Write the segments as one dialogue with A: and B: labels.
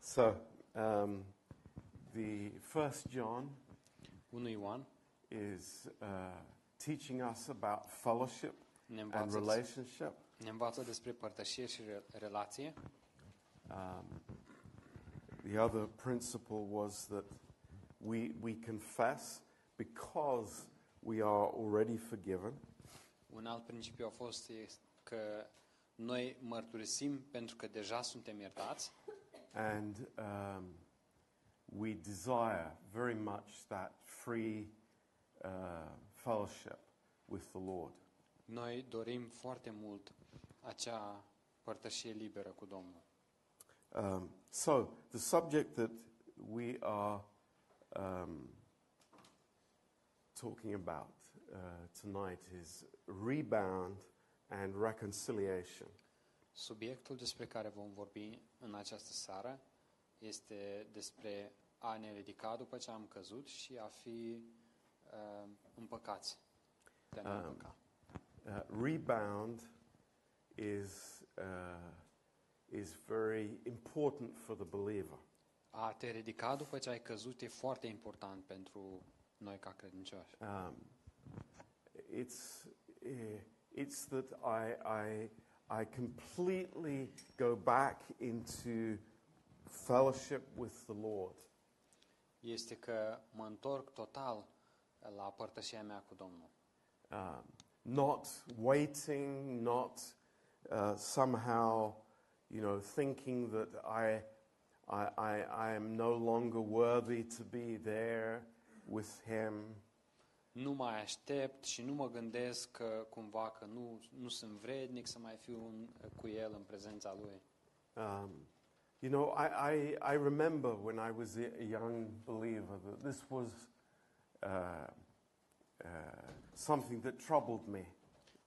A: So, um, the first John
B: 1 Ioan
A: is uh, teaching us about fellowship
B: ne
A: and
B: învață,
A: relationship.
B: ne învață despre părtășie și re- relație.
A: Um, the other principle was that we, we confess because we are already forgiven.
B: Un alt principiu a fost este că noi mărturisim pentru că deja suntem iertați
A: And um, we desire very much that free uh, fellowship with the Lord.
B: Noi dorim foarte mult acea părtășie liberă cu Domnul.
A: Um, so, the subject that we are um, talking about uh, tonight is rebound and reconciliation.
B: Subiectul despre care vom vorbi în această seară este despre a ne ridica după ce am căzut și a fi uh, împăcați. De a ne
A: Am.
B: împăca.
A: Uh, rebound is, uh, is very important for the believer.
B: A te ridica după ce ai căzut e foarte important pentru noi ca credincioși.
A: Um, it's, eh, it's that I, I, I completely go back into fellowship with the Lord.
B: Este că mă întorc total la părtășia mea cu Domnul.
A: Um, not waiting, not uh, somehow, you know, thinking that I, I, I, I am no longer worthy to be there with Him.
B: nu mai aștept și nu mă gândesc că cumva că nu, nu sunt vrednic să mai fiu în, cu el în prezența lui.
A: Um, you know, I, I, I remember when I was a a young believer that this was uh, uh, something that troubled me.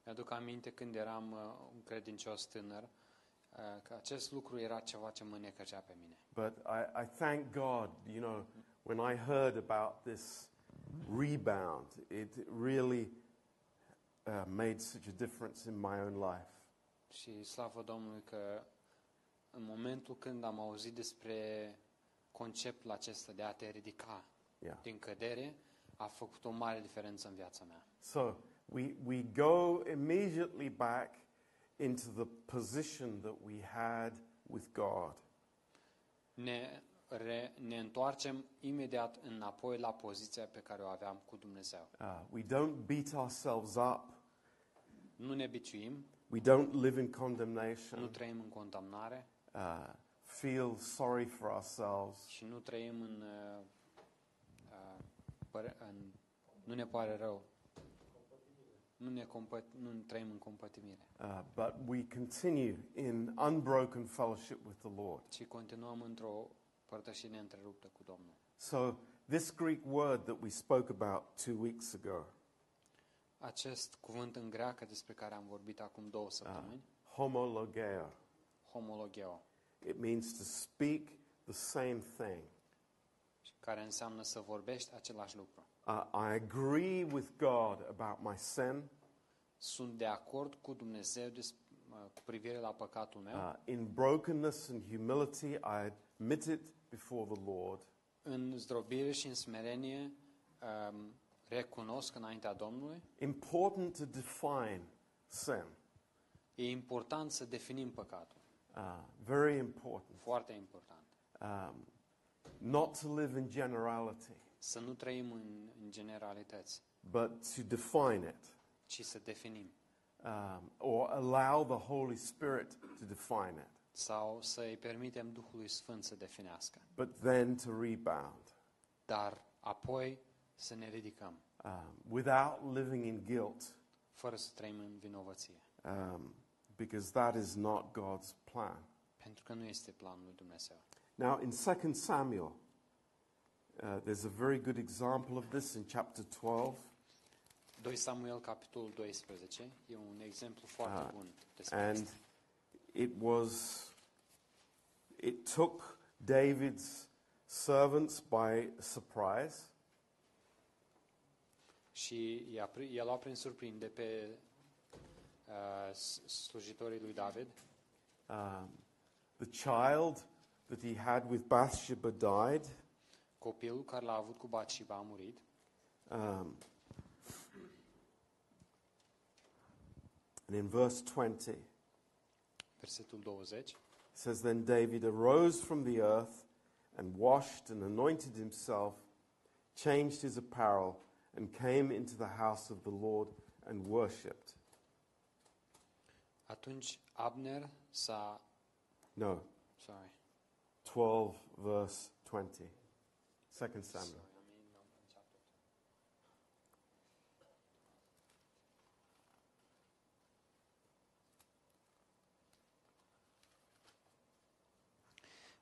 B: Mi-aduc aminte când eram uh, un credincios tânăr uh, că acest lucru era ceva ce mă necăjea pe mine.
A: But I, I thank God, you know, when I heard about this rebound, it really uh, made such a difference in my own life.
B: Și slavă Domnului că în momentul când am auzit despre conceptul acesta de a te ridica
A: Yeah.
B: din cădere, a făcut o mare diferență în viața mea.
A: So we, we go immediately back into the position that we had with God.
B: Ne, re, ne întoarcem imediat înapoi la poziția pe care o aveam cu Dumnezeu.
A: Uh, we don't beat ourselves up.
B: Nu ne biciuim,
A: We don't live in
B: nu
A: condemnation,
B: trăim în condamnare
A: uh, feel sorry for ourselves.
B: și nu trăim în, uh, uh, păre- în nu ne pare rău. Nu ne compă- nu trăim în compătimire,
A: Uh, but we continue in unbroken fellowship with the Lord.
B: ci continuăm într-o părtășie neîntreruptă cu Domnul.
A: So, this Greek word that we spoke about two weeks ago,
B: Acest cuvânt în greacă despre care am vorbit acum două săptămâni,
A: homologeo,
B: homologeo,
A: it means to speak the same thing.
B: care înseamnă să vorbești același lucru.
A: Uh, I agree with God about my sin
B: Sunt de acord cu Dumnezeu des- uh, cu privire la păcatul meu.
A: uh, in brokenness and humility. I admit it before the Lord.
B: În zdrobire și în smerenie um, recunosc înaintea Domnului.
A: important to define sin.
B: E important să definim păcatul.
A: Uh, very important.
B: Foarte important.
A: Um, not to live in generality,
B: Să nu trăim în, în generalități,
A: but to define it
B: ci să definim.
A: um, or allow the Holy Spirit to define it,
B: Sau să îi permitem Duhului Sfânt să definească.
A: but then to rebound
B: Dar apoi să ne ridicăm,
A: um, without living in guilt,
B: fără să trăim în vinovăție.
A: um, because that is not God's plan.
B: Pentru că nu este planul lui Dumnezeu.
A: Now, in 2 Samuel, uh, there's a very good example of this in chapter 12.
B: 2 Samuel, capitolul 12, e un exemplu foarte
A: Ah,
B: bun despre
A: And
B: asta.
A: it was, it took David's servants by surprise.
B: Și i-a, pri- i-a luat prin surprinde pe uh, s- slujitorii lui David.
A: Um, the child that he had with Bathsheba died.
B: Copilul care l-a avut cu Batșiba a murit.
A: Um, and in verse 20, it
B: Versetul 20.
A: says, Then David arose from the earth and washed and anointed himself, changed his apparel, and came into the house of the Lord and worshipped.
B: Atunci Abner s-a...
A: No,
B: Sorry.
A: 12, verse 20. 2 Samuel.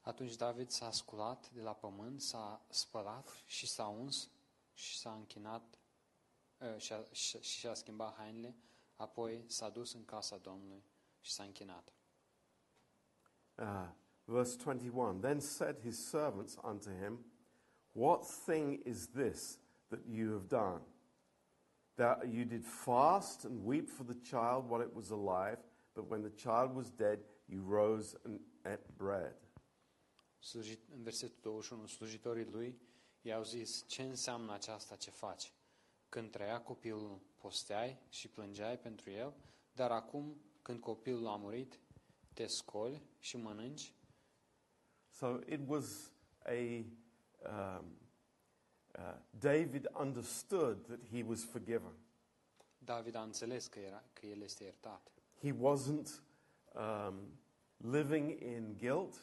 B: Atunci David s-a sculat de la pământ, s-a spălat și s-a uns și s-a închinat ă, și, a, și, și și-a schimbat hainele, apoi s-a dus în casa Domnului și s-a închinat.
A: Uh, verse 21 Then said his servants unto him, What thing is this that you have done? That you did fast and weep for the child while it was alive, but when the child was dead, you rose and ate bread.
B: Slujit, în versetul 21, slujitorii lui i-au zis, ce înseamnă aceasta ce faci? Când trăia copilul, posteai și plângeai pentru el, dar acum, când copilul a murit, te scoli și mănânci?
A: So it was a. Um, uh, David understood that he was forgiven.
B: David a înțeles că, era, că el este iertat.
A: He wasn't um, living in guilt.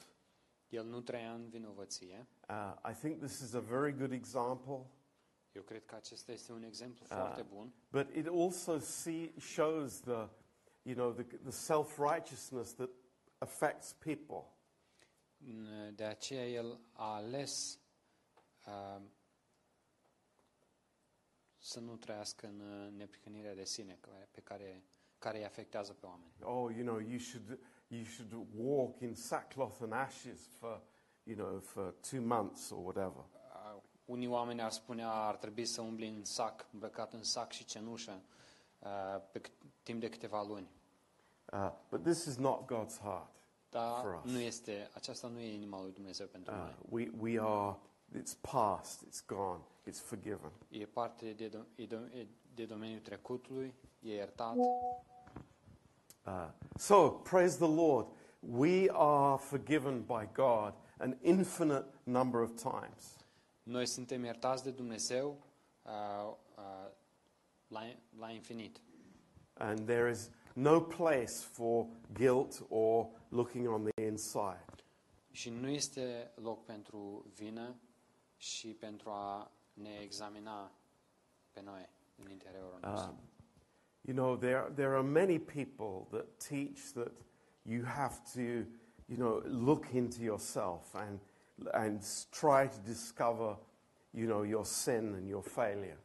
B: El nu trăia în vinovăție.
A: Uh, I think this is a very good example,
B: Eu cred că acesta este un exemplu
A: Ah.
B: foarte bun,
A: but it also see, shows the, you know, the, the self-righteousness that affects people.
B: N- De aceea el a ales uh, să nu trăiască în uh, neprihănirea de sine care- pe care, care îi afectează pe oameni.
A: Oh, you know, you should, you should walk in sackcloth and ashes for, you know, for two months or whatever.
B: Uh, Unii oameni ar spunea ar trebui să umbli în sac, îmbrăcat în sac și cenușă uh, pe cât- timp de câteva luni.
A: Uh, but this is not God's heart. For
B: Dar
A: us.
B: nu este, aceasta nu e inima lui Dumnezeu pentru
A: Uh,
B: noi.
A: we, we are, it's past, it's gone, it's forgiven.
B: E parte de, do- e do- e de domeniul trecutului, e iertat.
A: Uh, so, praise the Lord. We are forgiven by God an infinite number of times.
B: Noi suntem iertați de Dumnezeu uh, uh, la, la infinit.
A: And there is no place for guilt or looking on the inside.
B: Și nu este loc pentru vină și pentru a ne examina pe noi în interiorul nostru.
A: Um, you know, there, there are many people that teach that you have to, you know, look into yourself and, and s- try to discover, you know, your sin and your failure.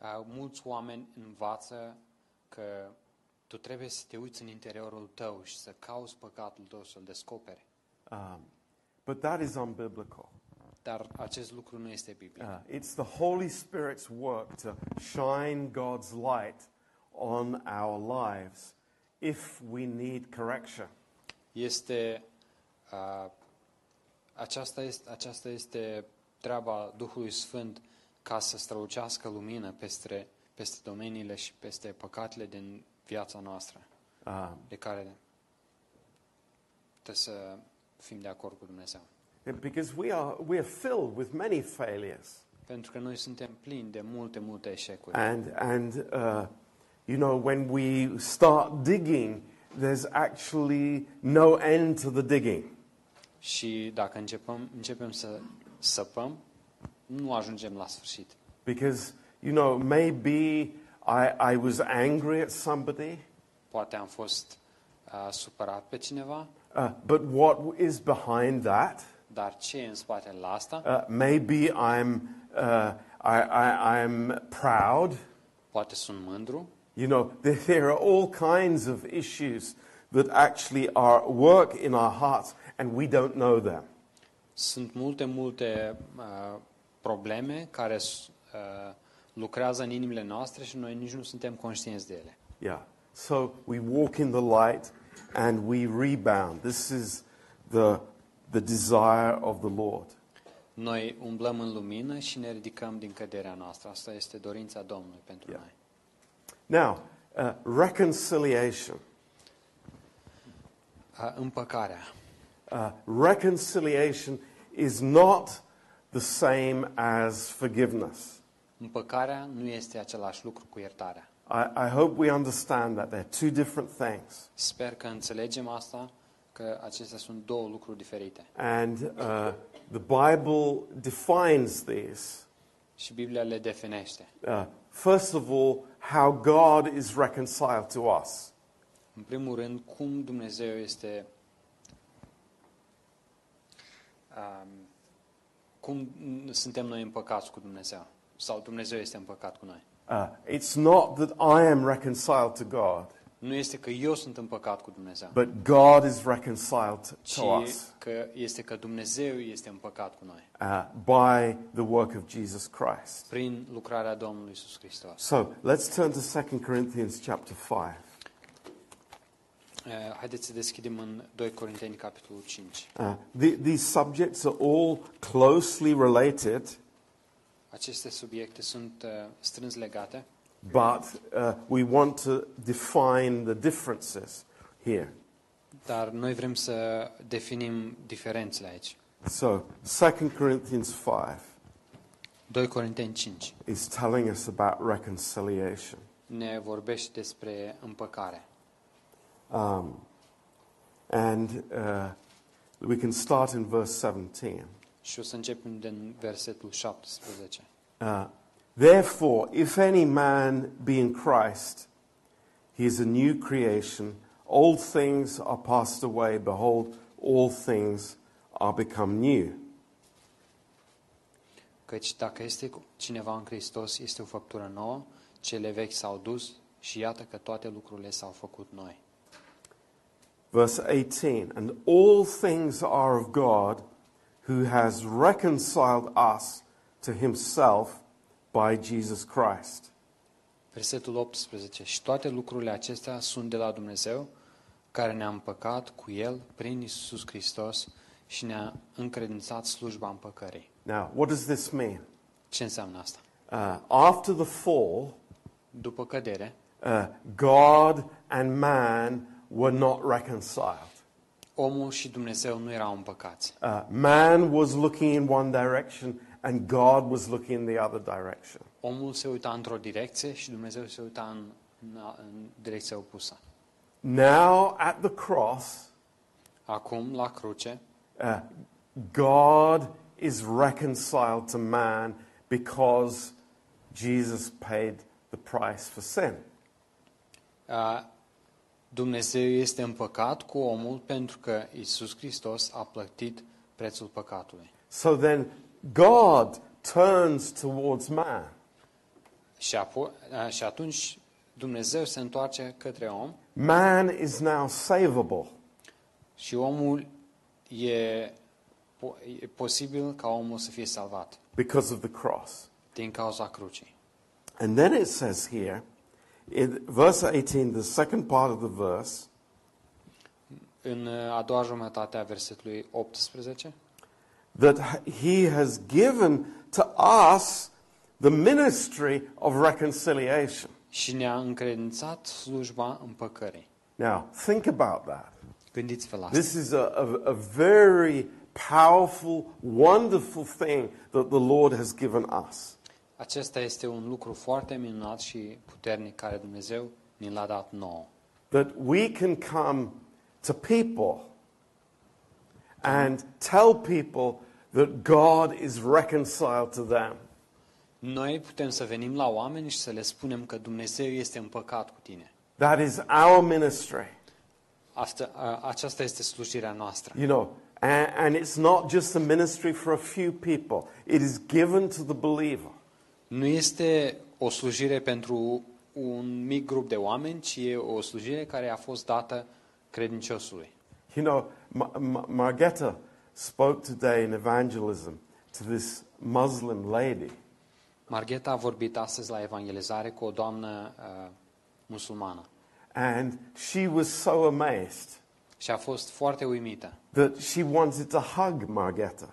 B: Uh, mulți oameni învață că tu trebuie să te uiți în interiorul tău și să cauți păcatul tău, să-l descoperi.
A: Um, but that is unbiblical.
B: Dar acest lucru nu este biblic.
A: Uh, it's the Holy Spirit's work to shine God's light on our lives if we need correction.
B: Este, uh, aceasta, este, aceasta este treaba Duhului Sfânt ca să strălucească lumină peste, peste domeniile și peste păcatele din viața noastră,
A: Um,
B: de care trebuie să fim de acord cu Dumnezeu.
A: because we are, we are filled with many failures.
B: Pentru că noi suntem plini de multe, multe eșecuri.
A: And, and uh, you know, when we start digging, there's actually no end to the digging.
B: Și dacă începem, începem să săpăm, nu ajungem la sfârșit.
A: Because, you know, maybe I, I was angry at somebody,
B: Poate am fost uh, supărat pe cineva,
A: uh, but what is behind that?
B: dar ce e în spatele la asta?
A: Uh, maybe I'm, uh, I, I, I'm proud.
B: Poate sunt mândru.
A: You know, there, there are all kinds of issues that actually are at work in our hearts, and we don't know them.
B: Sunt multe, multe uh, probleme care s- uh, lucrează în inimile noastre și noi nici nu suntem conștienți de ele.
A: Yeah. So we walk in the light and we rebound. This is the the desire of the Lord.
B: Noi umblăm în lumină și ne ridicăm din căderea noastră. Asta este dorința Domnului pentru
A: Yeah.
B: noi.
A: Now, uh, reconciliation.
B: A, Împăcarea.
A: Uh, reconciliation is not the same as forgiveness.
B: Împăcarea nu este același lucru cu iertarea.
A: I, I hope we understand that they're two different things.
B: Sper că înțelegem asta, că acestea sunt două lucruri diferite.
A: And uh, the Bible defines these.
B: Și Biblia le definește.
A: Uh, first of all, how God is reconciled to us.
B: În primul rând, cum Dumnezeu este. Um, cum n- suntem noi împăcați cu Dumnezeu? Sau Dumnezeu este împăcat cu noi?
A: Uh, it's not that I am reconciled to God,
B: Nu este că eu sunt împăcat cu Dumnezeu,
A: but God is reconciled
B: ci
A: to us
B: că este că Dumnezeu este împăcat cu noi
A: uh, by the work of Jesus Christ.
B: prin lucrarea Domnului Isus Hristos.
A: So let's turn to 2 Corinthians chapter 5.
B: Eh, Haideți să deschidem în 2 Corinteni, capitolul 5.
A: Uh, the, these subjects are all closely related,
B: Aceste subiecte sunt eh, strâns legate,
A: but uh, we want to define the differences here.
B: dar noi vrem să definim diferențele aici.
A: So 2 Corinthians 5
B: 2 Corinteni 5
A: is telling us about reconciliation.
B: ne vorbește despre împăcare.
A: Um, and uh, we can start in verse 17.
B: Și o să începem din versetul 17.
A: Uh, Therefore, if any man be in Christ, he is a new creation. Old things are passed away. Behold, all things are become new.
B: Căci dacă este cu- cineva în Hristos, este o făptură nouă, cele vechi s-au dus și iată că toate lucrurile s-au făcut noi.
A: Verse 18 And all things are of God, who has reconciled us to himself by Jesus Christ.
B: Versetul 18. Și toate lucrurile acestea sunt de la Dumnezeu, care ne-a împăcat cu El prin Isus Hristos și ne-a încredințat slujba împăcării.
A: Now, what does this mean?
B: Ce înseamnă asta?
A: Uh, after the fall,
B: După cădere,
A: uh, God and man were not reconciled.
B: omul și Dumnezeu nu erau împăcați.
A: Uh, man was looking in one direction and God was looking in the other direction.
B: Omul se uita într-o direcție și Dumnezeu se uita în, în, în direcția opusă.
A: Now at the cross,
B: Acum, la cruce,
A: uh, God is reconciled to man because Jesus paid the price for sin.
B: a, Dumnezeu este împăcat cu omul pentru că Isus Hristos a plătit prețul păcatului.
A: So then God turns towards man.
B: Și, apo, a, și atunci Dumnezeu se întoarce către om
A: Man is now savable.
B: și omul e, po, e posibil ca omul să fie salvat
A: because of the cross.
B: din cauza crucii.
A: And then it says here, in verse 18, the second part of the verse,
B: În a, a doua jumătate a versetului 18,
A: that he has given to us the ministry of reconciliation.
B: și ne-a încredințat slujba împăcării.
A: Now, think about that.
B: Gândiți-vă la asta.
A: This is a, a, a very powerful, wonderful thing that the Lord has given us.
B: Acesta este un lucru foarte minunat și puternic care Dumnezeu ni l-a dat nouă.
A: That we can come to people and tell people that God is reconciled to them.
B: Noi putem să venim la oameni și să le spunem că Dumnezeu este împăcat cu tine.
A: That is our ministry,
B: Asta, a- aceasta este slujirea noastră.
A: you know. And, and it's not just a ministry for a few people, it is given to the believer.
B: Nu este o slujire pentru un mic grup de oameni, ci e o slujire care a fost dată credinciosului.
A: You know, Ma- Ma- Margetta spoke today in evangelism to this Muslim lady,
B: Margheta a vorbit astăzi la evangelizare cu o doamnă uh, musulmană
A: and she was so amazed
B: și a fost foarte uimită,
A: that she wanted to hug Margetta.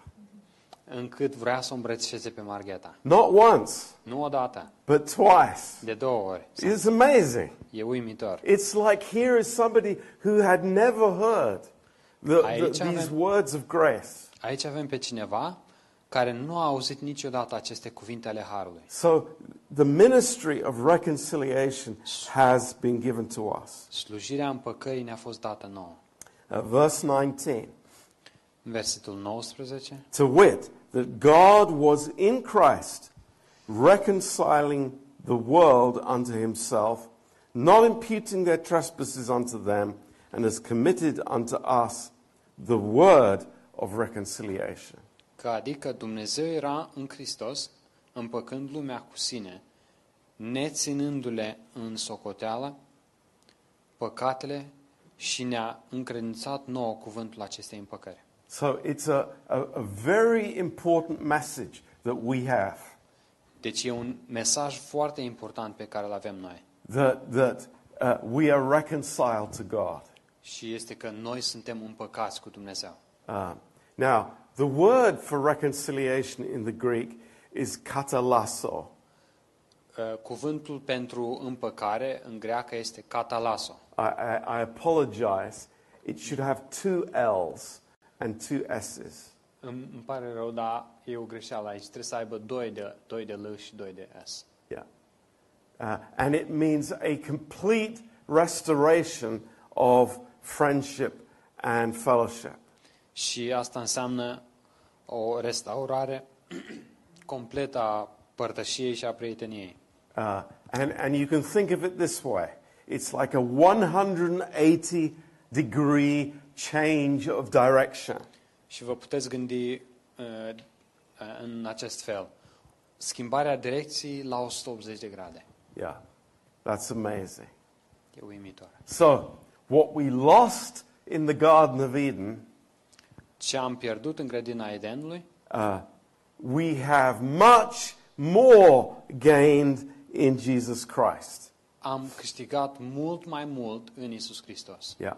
B: încât vrea să o îmbrățișeze pe Margheta.
A: Not once,
B: Nu odată,
A: but twice.
B: de două ori.
A: It's amazing.
B: E uimitor.
A: It's like here is somebody who had never heard the, the,
B: Aici avem-
A: these words of grace.
B: Aici avem pe cineva care nu a auzit niciodată aceste cuvinte ale Harului.
A: So the ministry of reconciliation has been given to us.
B: Slujirea împăcării ne-a fost dată nouă.
A: Uh, verse 19.
B: În versetul 19,
A: To wit, that God was in Christ, reconciling the world unto himself, not imputing their trespasses unto them, and has committed unto us the word of reconciliation.
B: că adică Dumnezeu era în Hristos, împăcând lumea cu sine, neținându-le în socoteală păcatele și ne-a încredințat nouă cuvântul acestei împăcări.
A: So it's a, a, a very important message that we have
B: Deci e un mesaj foarte important pe care îl avem noi.
A: that, that uh, we are reconciled to God.
B: Și este că noi suntem împăcați cu Dumnezeu.
A: Um, now, the word for reconciliation in the Greek is katalasso.
B: Uh, Cuvântul pentru împăcare în greacă este catalaso.
A: I, I, I apologize. It should have two L's and two S's.
B: Îmi, îmi pare rău, dar e o greșeală aici. Trebuie să aibă doi de, doi de L și doi de S.
A: Yeah. Uh, and it means a complete restoration of friendship and fellowship.
B: Și asta înseamnă o restaurare completă a părtășiei și a prieteniei.
A: Uh, and, and you can think of it this way it's like a 180 degree change of direction.
B: Și vă puteți gândi uh, în acest fel. Schimbarea direcției la 180 de grade.
A: Yeah, that's amazing.
B: E uimitor.
A: So, what we lost in the Garden of Eden,
B: Ce am pierdut în grădina Edenului,
A: uh, we have much more gained in Jesus Christ.
B: am câștigat mult mai mult în Isus Hristos.
A: Yeah.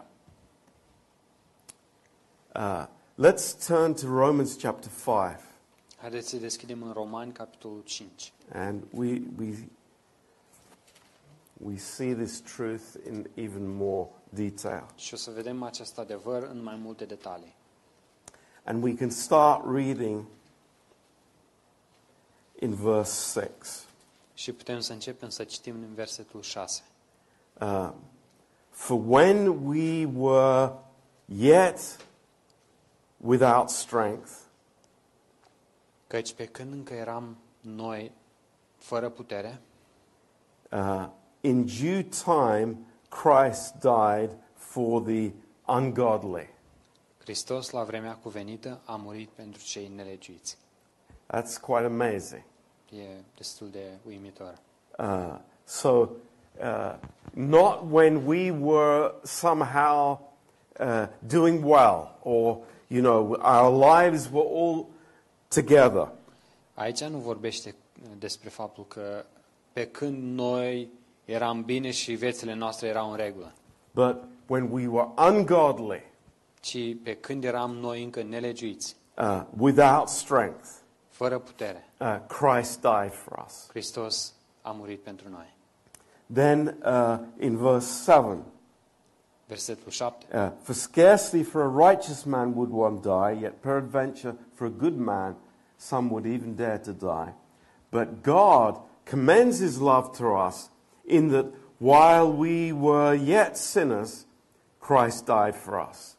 A: Uh, let's turn to Romans chapter 5.
B: Haideți să deschidem în Romani, capitolul 5.
A: And we, we, we see this truth in even more detail.
B: Și o să vedem acest adevăr în mai multe detalii.
A: And we can start reading in verse 6.
B: Și putem să începem să citim în versetul 6.
A: Um, For when we were yet without strength,
B: Căci pe când încă eram noi fără putere,
A: uh, in due time Christ died for the ungodly.
B: Hristos, la vremea cuvenită, a murit pentru cei nelegiuiți.
A: That's quite amazing.
B: E destul de uimitor.
A: Uh, so, uh, not when we were somehow uh, doing well, or, you know, our lives were all together.
B: Aici nu vorbește uh, despre faptul că pe când noi eram bine și viețile noastre erau în regulă,
A: But when we were ungodly,
B: ci pe când eram noi încă nelegiuiți,
A: uh, without strength,
B: fără putere,
A: uh, Christ died for us.
B: Hristos a murit pentru noi.
A: Then uh, in verse 7,
B: Versetul 7.
A: uh, for scarcely for a righteous man would one die, yet peradventure for a good man some would even dare to die. But God commends his love to us in that while we were yet sinners, Christ died for us.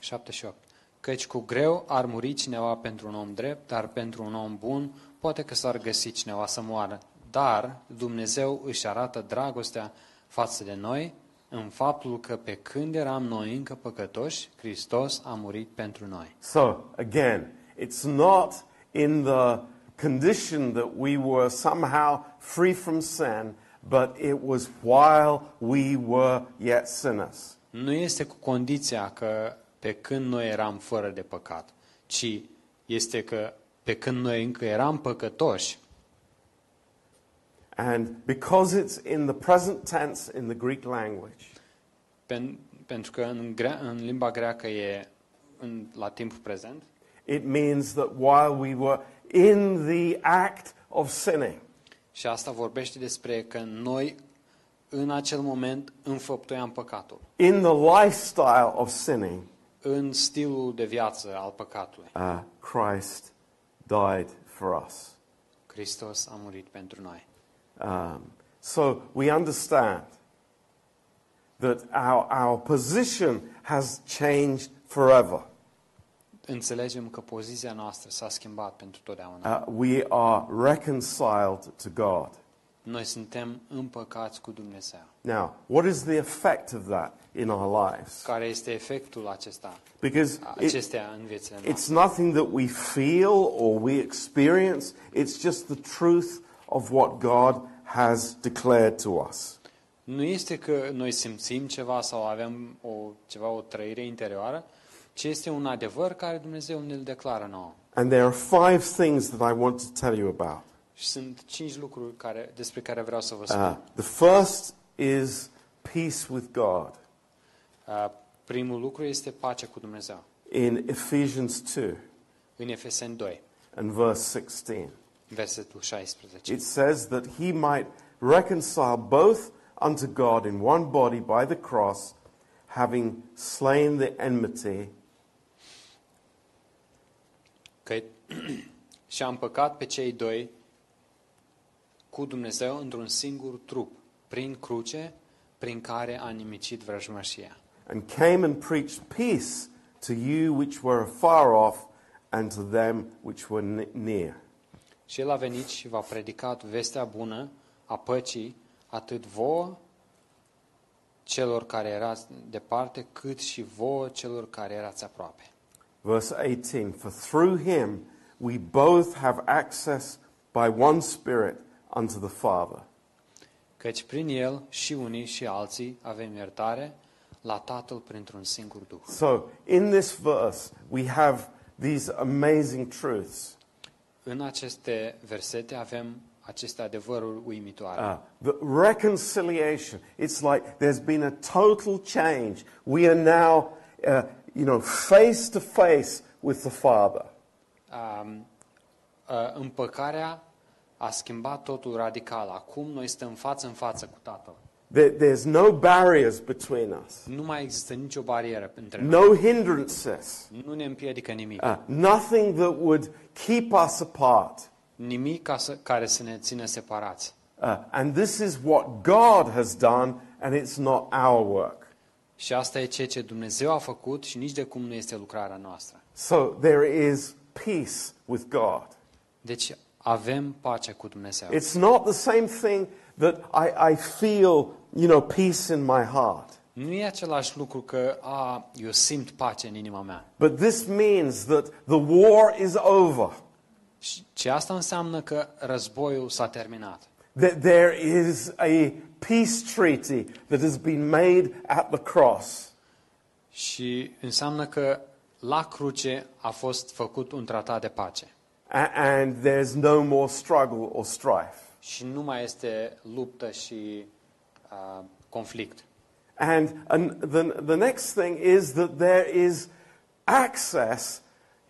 B: 78. Căci cu greu ar muri cineva pentru un om drept, dar pentru un om bun poate că s-ar găsi cineva să moară. Dar Dumnezeu își arată dragostea față de noi în faptul că pe când eram noi încă păcătoși, Hristos a murit pentru noi.
A: So, again, it's not in the condition that we were somehow free from sin, but it was while we were yet sinners.
B: Nu este cu condiția că pe când noi eram fără de păcat, ci este că pe când noi încă eram păcătoși,
A: And because it's in the present tense in the Greek language,
B: pen, Pentru că în, grea, în limba greacă e în, la timpul prezent.
A: It means that while we were in the act of sinning,
B: Și asta vorbește despre că noi în acel moment înfăptuiam păcatul,
A: in the lifestyle of sinning,
B: în stilul de viață al păcatului.
A: uh, Christ died for us.
B: Hristos a murit pentru noi.
A: Um, so we understand that our, our position has changed forever.
B: Înțelegem că poziția noastră s-a schimbat pentru totdeauna.
A: Uh, we are reconciled to God.
B: Noi suntem împăcați cu Dumnezeu.
A: Now, what is the effect of that in our lives?
B: Care este efectul acesta,
A: Because
B: a-
A: it,
B: acestea în viețile noastre?
A: it's nothing that we feel or we experience, it's just the truth of what God has declared to us.
B: Nu este că noi simțim ceva sau avem o, ceva, o trăire interioară, ci este un adevăr care Dumnezeu ne-l declară nouă.
A: And there are five things that I want to tell you about.
B: Și sunt cinci lucruri care, despre care vreau să vă spun.
A: Uh, the first is peace with God.
B: Uh, Primul lucru este pace cu Dumnezeu.
A: in Ephesians 2
B: În Efeseni 2,
A: and verse 16.
B: versetul 16.
A: It says that he might reconcile both unto God in one body by the cross, having slain the enmity.
B: Că și-a împăcat pe cei doi cu Dumnezeu într-un singur trup, prin cruce, prin care a nimicit vrăjmășia.
A: and came and preached peace to you which were afar off and to them which were ne- near.
B: Și el a venit și v-a predicat vestea bună a păcii atât vouă celor care erați departe, cât și vouă celor care erați aproape.
A: Verse 18 For through him we both have access by one Spirit unto the Father.
B: Căci prin el și unii și alții avem iertare la Tatăl printr-un singur Duh.
A: So, in this verse, we have these amazing truths.
B: În aceste versete avem aceste adevăruri uimitoare.
A: Uh, the reconciliation, it's like there's been a total change. We are now, uh, you know, face to face with the Father.
B: Um, uh, Împăcarea a schimbat totul radical. Acum noi stăm față în față cu Tatăl.
A: There, there's no barriers between us,
B: Nu mai există nicio barieră între noi.
A: no hindrances,
B: Nu ne împiedică nimic.
A: uh, nothing that would keep us apart.
B: Nimic ca să, care să ne țină separați.
A: Uh, and this is what God has done, and it's not our work.
B: Și asta e ceea ce Dumnezeu a făcut și nici de cum nu este lucrarea noastră.
A: So there is peace with God.
B: Deci avem pace cu Dumnezeu.
A: It's not the same thing that I, I feel, you know, peace in my heart.
B: Nu e același lucru că a, eu simt pace în inima mea.
A: But this means that the war is over.
B: Și- Ci asta înseamnă că războiul s-a terminat.
A: That there is a peace treaty that has been made at the cross.
B: Și înseamnă că la cruce a fost făcut un tratat de pace.
A: A- And there's no more struggle or strife.
B: Și nu mai este luptă și a, conflict.
A: And, and the, the next thing is that there is access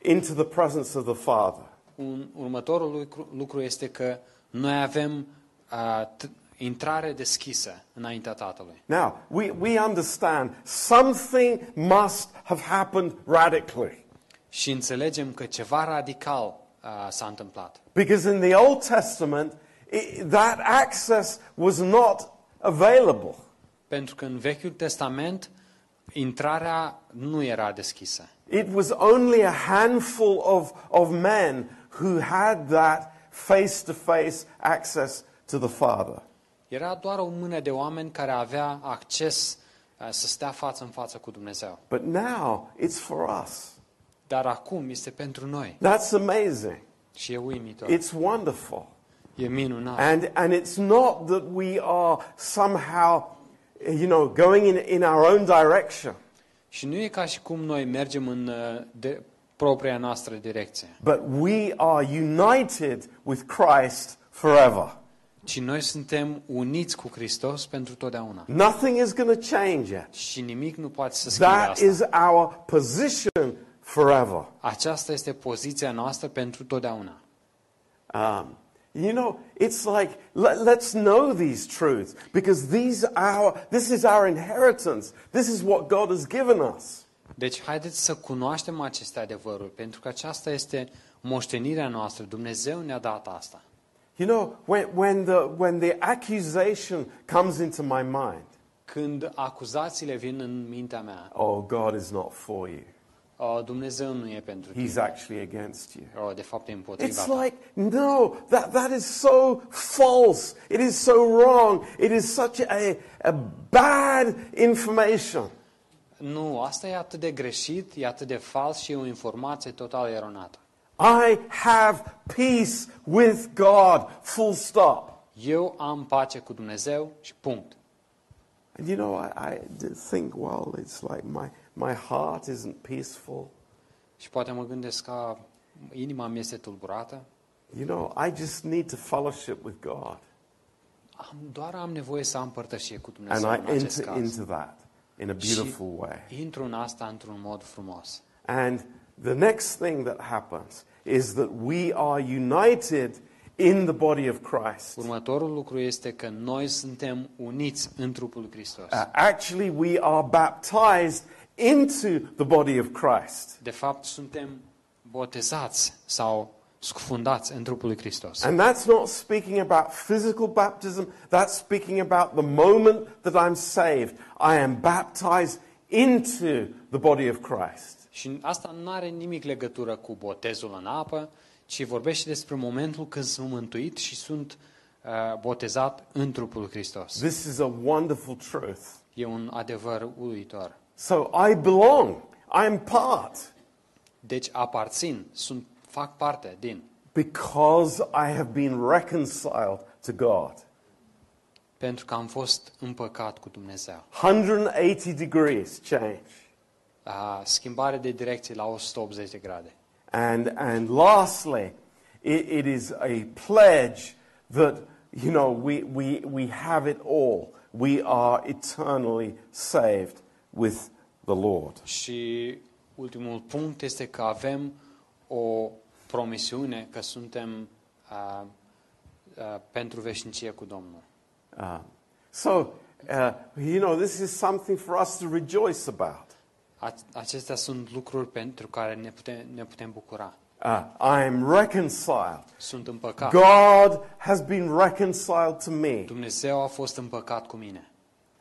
A: into the presence of the Father.
B: Un, următorul lucru, lucru este că noi avem a, t- intrare deschisă înaintea Tatălui.
A: Now, we, we understand something must have happened radically.
B: Și înțelegem că ceva radical a, s-a întâmplat.
A: Because in the Old Testament, i that access was not available.
B: Pentru că în Vechiul Testament intrarea nu era deschisă.
A: It was only a handful of, of men who had that face to face access to the Father.
B: Era doar o mână de oameni care avea acces uh, să stea față în față cu Dumnezeu.
A: But now it's for us.
B: Dar acum este pentru noi
A: That's amazing.
B: și e uimitor,
A: It's wonderful.
B: e minunat.
A: And, and it's not that we are somehow, you know, going in, in our own direction,
B: Și nu e ca și cum noi mergem în uh, de, propria noastră direcție,
A: but we are united with Christ forever.
B: ci noi suntem uniți cu Hristos pentru totdeauna.
A: Nothing is going to change it.
B: Și nimic nu poate să schimbe
A: That
B: asta.
A: is our position forever.
B: Aceasta este poziția noastră pentru totdeauna.
A: Um, you know, it's like let, let's know these truths because these are our, this is our inheritance. This is what God has given us.
B: Deci haideți să cunoaștem aceste adevăruri, pentru că aceasta este moștenirea noastră. Dumnezeu ne-a dat asta.
A: You know, when, when, the, when the accusation comes into my mind,
B: Când acuzațiile vin în mintea mea,
A: oh, God is not for you,
B: "O, Dumnezeu nu e pentru tine,
A: He's actually against you.
B: "O, de fapt e împotriva
A: It's
B: ta.
A: like, no, that, that is so false. It is so wrong. It is such a, a bad information.
B: Nu, asta e atât de greșit, e atât de fals și e o informație total eronată.
A: I have peace with God, full stop.
B: Eu am pace cu Dumnezeu și punct.
A: And you know, I, I d- think, well, it's like my, my heart isn't peaceful.
B: Și poate mă gândesc că inima mi este tulburată.
A: You know, I just need to fellowship with God.
B: Am, doar am nevoie să am părtășie cu
A: And
B: Dumnezeu
A: I
B: în acest
A: enter
B: caz.
A: into that in a beautiful way.
B: Și intru în asta într-un mod frumos.
A: And the next thing that happens is that we are united in the body of Christ.
B: Următorul lucru este că noi suntem uniți în trupul lui Hristos.
A: Uh, actually, we are baptized into the body of Christ.
B: De fapt, suntem botezați sau scufundați în trupul lui Hristos.
A: And that's not speaking about physical baptism, that's speaking about the moment that I'm saved. I am baptized into the body of Christ.
B: Și asta nu are nimic legătură cu botezul în apă, ci vorbește despre momentul când sunt mântuit și sunt uh, botezat în trupul lui Hristos.
A: This is a wonderful truth.
B: E un adevăr uluitor.
A: So I belong, I am part,
B: Deci aparțin, sunt, fac parte din,
A: because I have been reconciled to God.
B: pentru că am fost împăcat cu Dumnezeu.
A: 180 degrees change.
B: Uh, schimbare de direcție la 180 de grade.
A: And, and lastly, it, it is a pledge that, you know, we, we, we have it all. We are eternally saved with the Lord.
B: Și ultimul punct este că avem o promisiune că suntem uh, uh, pentru veșnicie cu Domnul.
A: Uh, so, uh, you know, this is something for us to rejoice about.
B: A- Acestea sunt lucruri pentru care ne putem, ne putem bucura.
A: Uh, I am reconciled.
B: Sunt împăcat.
A: God has been reconciled to me.
B: Dumnezeu a fost împăcat cu mine.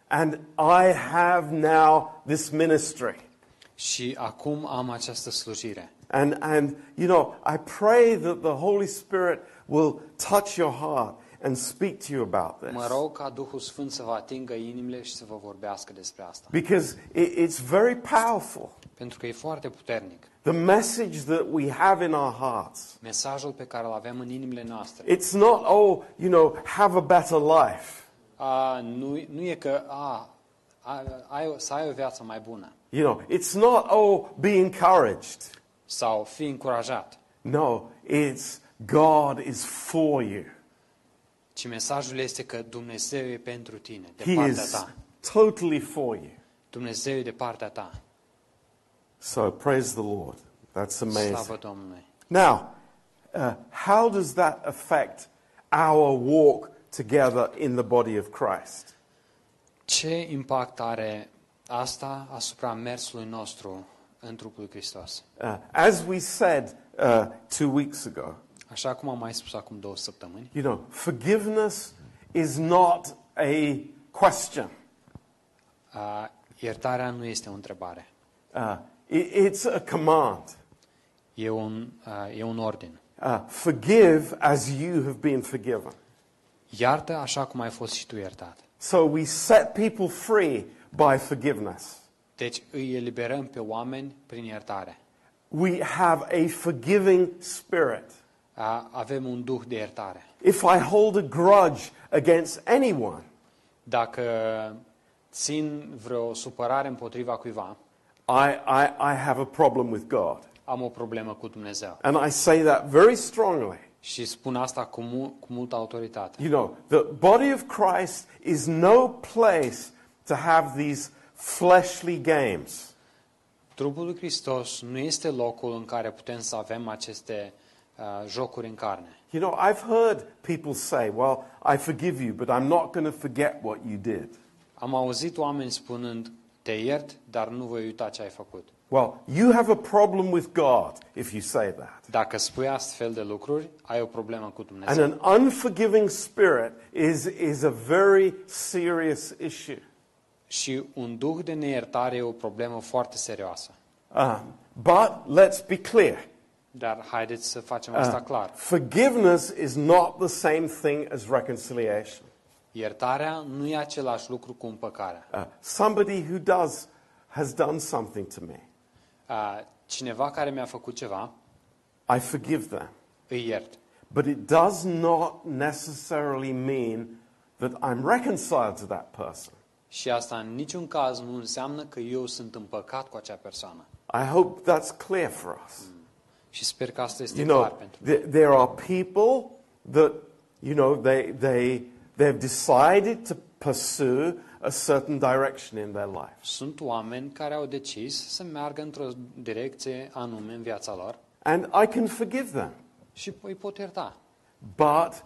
A: And I have now this ministry.
B: Și acum am această slujire.
A: And, and, you know, I pray that the Holy Spirit will touch your heart and speak to you about this.
B: Mă rog ca Duhul Sfânt să vă atingă inimile și să vă vorbească despre asta.
A: Because it, it's very powerful.
B: Pentru că e foarte puternic.
A: The message that we have in our hearts.
B: Mesajul pe care îl avem în inimile noastre.
A: It's not, oh, you know, have a better life.
B: A, nu, nu e că a, a, ai, o- să ai o viață mai bună
A: You know, it's not, oh, be encouraged.
B: sau fi încurajat,
A: No, it's God is for you.
B: ci mesajul este că Dumnezeu e pentru tine, de
A: He
B: partea
A: is
B: ta.
A: totally for you.
B: Dumnezeu e de partea ta.
A: So praise the Lord. That's amazing.
B: Slavă Domnului.
A: Now, uh, how does that affect our walk together in the body of Christ?
B: Ce impact are asta asupra mersului nostru în trupul lui Hristos?
A: Uh, as we said uh, two weeks ago,
B: Așa cum am mai spus acum două săptămâni,
A: you know, forgiveness is not a question,
B: a, iertarea nu este o întrebare,
A: uh, i- it's a command.
B: e un, a, e un ordin.
A: Uh, forgive as you have been forgiven.
B: Iartă așa cum ai fost și tu iertat.
A: So we set people free by forgiveness.
B: Deci îi eliberăm pe oameni prin iertare.
A: We have a forgiving spirit.
B: A- Avem un duh de iertare.
A: If I hold a grudge against anyone,
B: Dacă țin vreo supărare împotriva cuiva,
A: I, I, I have a problem with God.
B: am o problemă cu Dumnezeu.
A: And I say that very strongly.
B: Și spun asta cu, mu- cu multă autoritate.
A: You know, the body of Christ is no place to have these fleshly games.
B: Trupul lui Hristos nu este locul în care putem să avem aceste uh, jocuri în carne.
A: You know, I've heard people say, well, I forgive you, but I'm not going to forget what you did.
B: Am auzit oameni spunând, te iert, dar nu voi uita ce ai făcut.
A: Well, you have a problem with God if you say that.
B: Dacă spui astfel de lucruri, ai o problemă cu
A: And
B: Dumnezeu.
A: an unforgiving spirit is, is a very serious issue.
B: Și un duh de neiertare e o problemă foarte serioasă.
A: Um, but let's be clear
B: Dar haideți să facem asta clar.
A: forgiveness is not the same thing as reconciliation.
B: Iertarea nu e același lucru cu împăcarea.
A: Uh, somebody who does has done something to me,
B: A, Cineva care mi-a făcut ceva,
A: I forgive them.
B: îi iert.
A: But it does not necessarily mean that I'm reconciled to that person.
B: Și asta în niciun caz nu înseamnă că eu sunt împăcat cu acea persoană.
A: I hope that's clear for us.
B: Și sper că asta este
A: You
B: clar
A: know,
B: pentru
A: th- there are people that, you know, they, they, they've decided to pursue a certain direction in their life.
B: Sunt oameni care au decis să meargă într-o direcție anume în viața lor
A: And I can forgive them,
B: și îi pot ierta.
A: but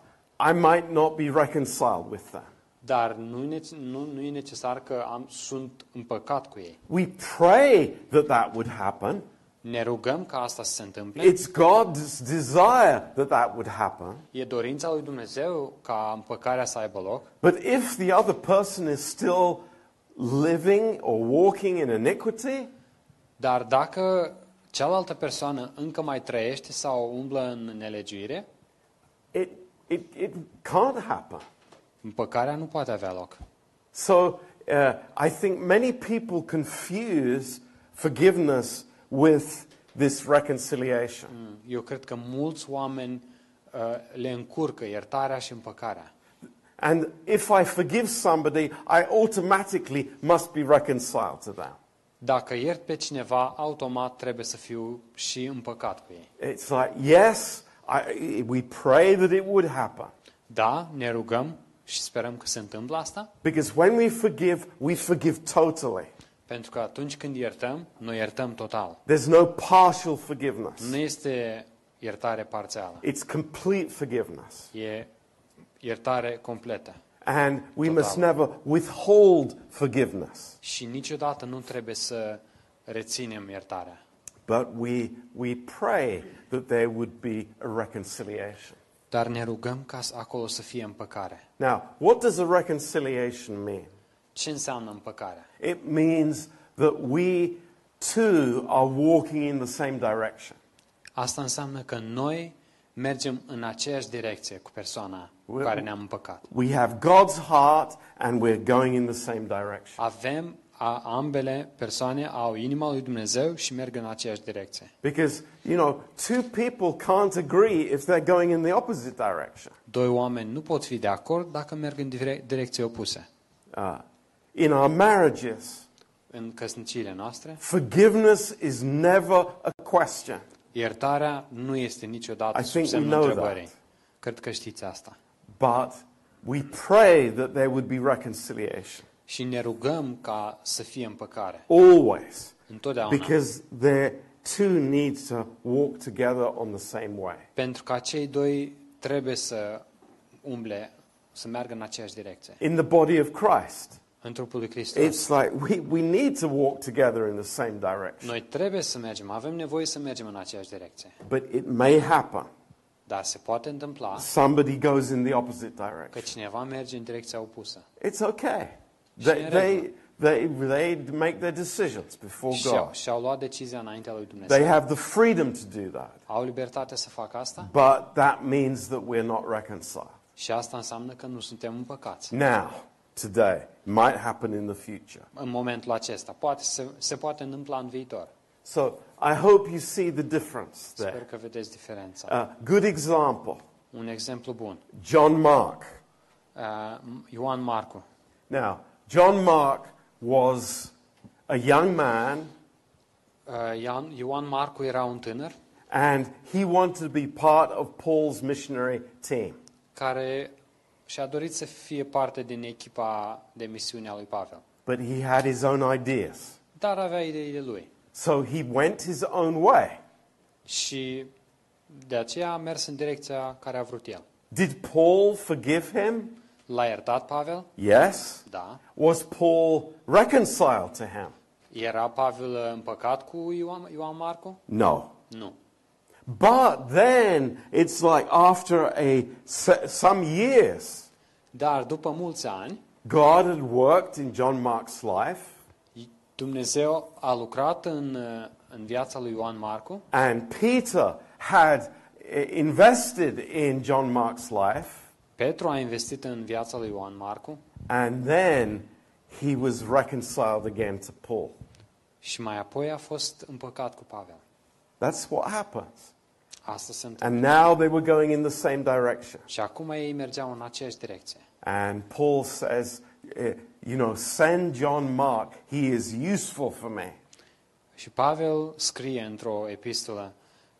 A: I might not be reconciled with them.
B: Dar nu e, nece- nu, nu e necesar că am, sunt împăcat cu ei.
A: We pray that that would happen.
B: Ne rugăm ca asta să se întâmple.
A: It's God's desire that that would happen.
B: E dorința lui Dumnezeu ca împăcarea să aibă loc,
A: But if the other person is still living or walking in iniquity,
B: dar dacă cealaltă persoană încă mai trăiește sau umblă în nelegiuire,
A: it, it, it can't happen.
B: împăcarea nu poate avea loc.
A: So uh, I think many people confuse forgiveness with this reconciliation.
B: Eu cred că mulți oameni uh, le încurcă iertarea și împăcarea.
A: And if I forgive somebody, I automatically must be reconciled to them.
B: Dacă iert pe cineva, automat trebuie să fiu și împăcat cu ei.
A: It's like, yes, I, we pray that it would happen.
B: Da, ne rugăm și sperăm că se întâmplă asta,
A: Because when we forgive, we forgive totally.
B: pentru că atunci când iertăm, noi iertăm total.
A: There's no partial forgiveness.
B: Nu este iertare parțială,
A: It's complete forgiveness.
B: e iertare completă.
A: And we must
B: Total.
A: never withhold forgiveness,
B: Și niciodată nu trebuie să reținem iertarea.
A: but we, we pray that there would be a reconciliation.
B: Dar ne rugăm ca să- acolo să fie împăcare.
A: Now, what does a reconciliation mean?
B: Ce înseamnă împăcarea?
A: It means that we too are walking in the same direction.
B: Asta înseamnă că noi mergem în aceeași direcție cu persoana cu
A: Well-
B: care ne-am împăcat.
A: We have God's heart and we're going in the same direction.
B: Avem a, ambele persoane au inima lui Dumnezeu și merg în aceeași direcție.
A: Because, you know, two people can't agree if they're going in the opposite direction.
B: Doi oameni nu pot fi de acord dacă merg în dire- direcții opuse.
A: Uh, in our marriages,
B: În căsniciile noastre,
A: Forgiveness is never a question.
B: iertarea nu este niciodată
A: I
B: sub
A: think we
B: semnul
A: know
B: întrebării.
A: that.
B: Cred că știți asta.
A: But we pray that there would be reconciliation.
B: Și ne rugăm ca să fie împăcare.
A: Always.
B: Întotdeauna.
A: Because they two need to walk together on the same way.
B: Pentru că cei doi trebuie să umble, să meargă în aceeași direcție.
A: In the body of Christ,
B: În trupul lui Hristos.
A: it's like we, we need to walk together in the same direction.
B: Noi trebuie să mergem, avem nevoie să mergem în aceeași direcție.
A: But it may happen.
B: Dar se poate întâmpla
A: Somebody goes in the opposite
B: că
A: direction.
B: cineva merge în direcția opusă.
A: It's okay. They, they, they, they make their decisions before
B: Și-au,
A: Oh, God.
B: și-au luat decizia înaintea lui Dumnezeu.
A: They have the freedom to do that.
B: Au libertatea să facă asta
A: But that means that we're not reconciled.
B: și asta înseamnă că nu suntem împăcați.
A: Now, today, might happen in the future.
B: În momentul acesta. Poate se, se poate întâmpla în viitor.
A: So I hope you see the difference
B: Sper
A: there.
B: că vedeți diferența.
A: Uh, good example
B: Un exemplu bun.
A: John Mark.
B: Uh, Ioan Marcu.
A: Now, John Mark was a young man
B: Uh, Ioan, Ioan Marcu era un tânăr
A: and he wanted to be part of Paul's missionary team.
B: care și-a dorit să fie parte din echipa de misiune a lui Pavel.
A: But he had his own ideas.
B: Dar avea ideile lui.
A: So he went his own way.
B: Și de aceea a mers în direcția care a vrut el.
A: Did Paul forgive him?
B: L-a iertat Pavel?
A: Yes.
B: Da.
A: Was Paul reconciled to him?
B: Era Pavel uh, împăcat cu Ioan, Ioan Marcu?
A: No.
B: Nu.
A: But then it's like after a s- some years,
B: Dar după mulți ani,
A: God had worked in John Mark's life,
B: Dumnezeu a lucrat în, uh, în viața lui Ioan Marcu
A: and Peter had i- invested in John Mark's life,
B: Petru a investit în viața lui Ioan Marcu
A: and then he was reconciled again to Paul.
B: și mai apoi a fost împăcat cu Pavel.
A: That's what happens.
B: Asta se întâmplă.
A: And now they were going in the same direction.
B: Și acum ei mergeau în aceeași direcție.
A: And Paul says, eh, you know, send John Mark, he is useful for me.
B: Și Pavel scrie într-o epistolă,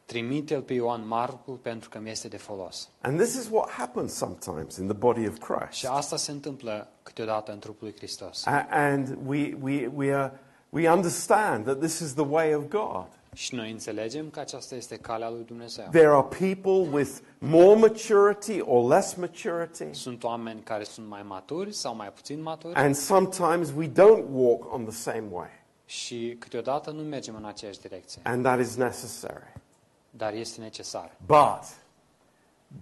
B: trimite-l pe Ioan Marcu pentru că mi este de folos.
A: And this is what happens sometimes in the body of Christ.
B: Și asta se întâmplă câteodată în trupul lui Hristos.
A: A- And we, we, we, are, we understand that this is the way of God.
B: Și noi înțelegem că aceasta este calea lui Dumnezeu.
A: There are people with more maturity or less maturity,
B: Sunt oameni care sunt mai maturi sau mai puțin maturi
A: and sometimes we don't walk on the same way,
B: și câteodată nu mergem în aceeași direcție.
A: and that is necessary.
B: Dar este necesar.
A: But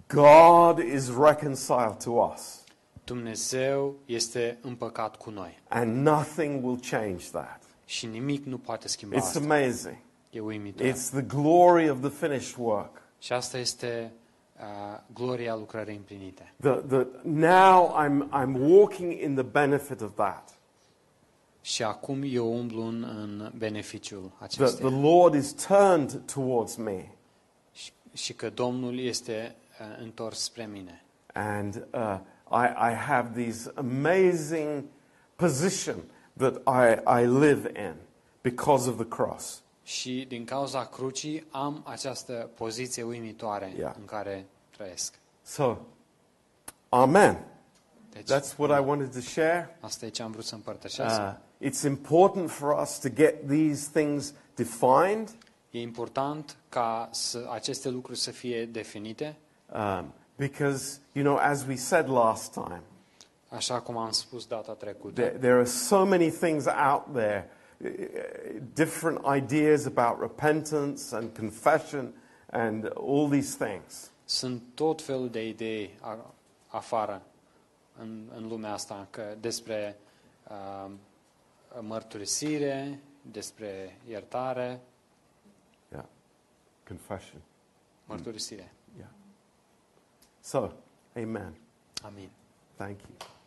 A: God is reconciled to us,
B: Dumnezeu este împăcat cu noi
A: and nothing will change that.
B: și nimic nu poate schimba
A: It's
B: asta.
A: amazing.
B: E uimitor.
A: It's the glory of the finished work.
B: Și asta este uh, gloria lucrării împlinite.
A: That, that now I'm, I'm walking in the benefit of that.
B: Și acum eu umblu în, în beneficiul
A: that the
B: acesteia.
A: Lord is turned towards me
B: Și, și că Domnul este uh, întors spre mine.
A: and uh, I, I have these amazing position that I, I live in because of the cross.
B: Și din cauza crucii am această poziție uimitoare
A: Yeah.
B: în care trăiesc.
A: So, Amen.
B: Deci
A: That's what I wanted to share.
B: asta e ce am vrut să împărtășesc.
A: Uh, it's important for us to get these things defined.
B: E important ca să, aceste lucruri să fie definite,
A: Um, because, you know, as we said last time,
B: așa cum am spus data trecută.
A: There, there are so many things out there, uh, different ideas about repentance and confession and all these things.
B: Sunt tot felul de idei a- afară în, în lumea asta că despre uh, mărturisire, despre iertare,
A: Yeah. Confession.
B: mărturisire.
A: Yeah. So, amen.
B: Amin.
A: Thank you.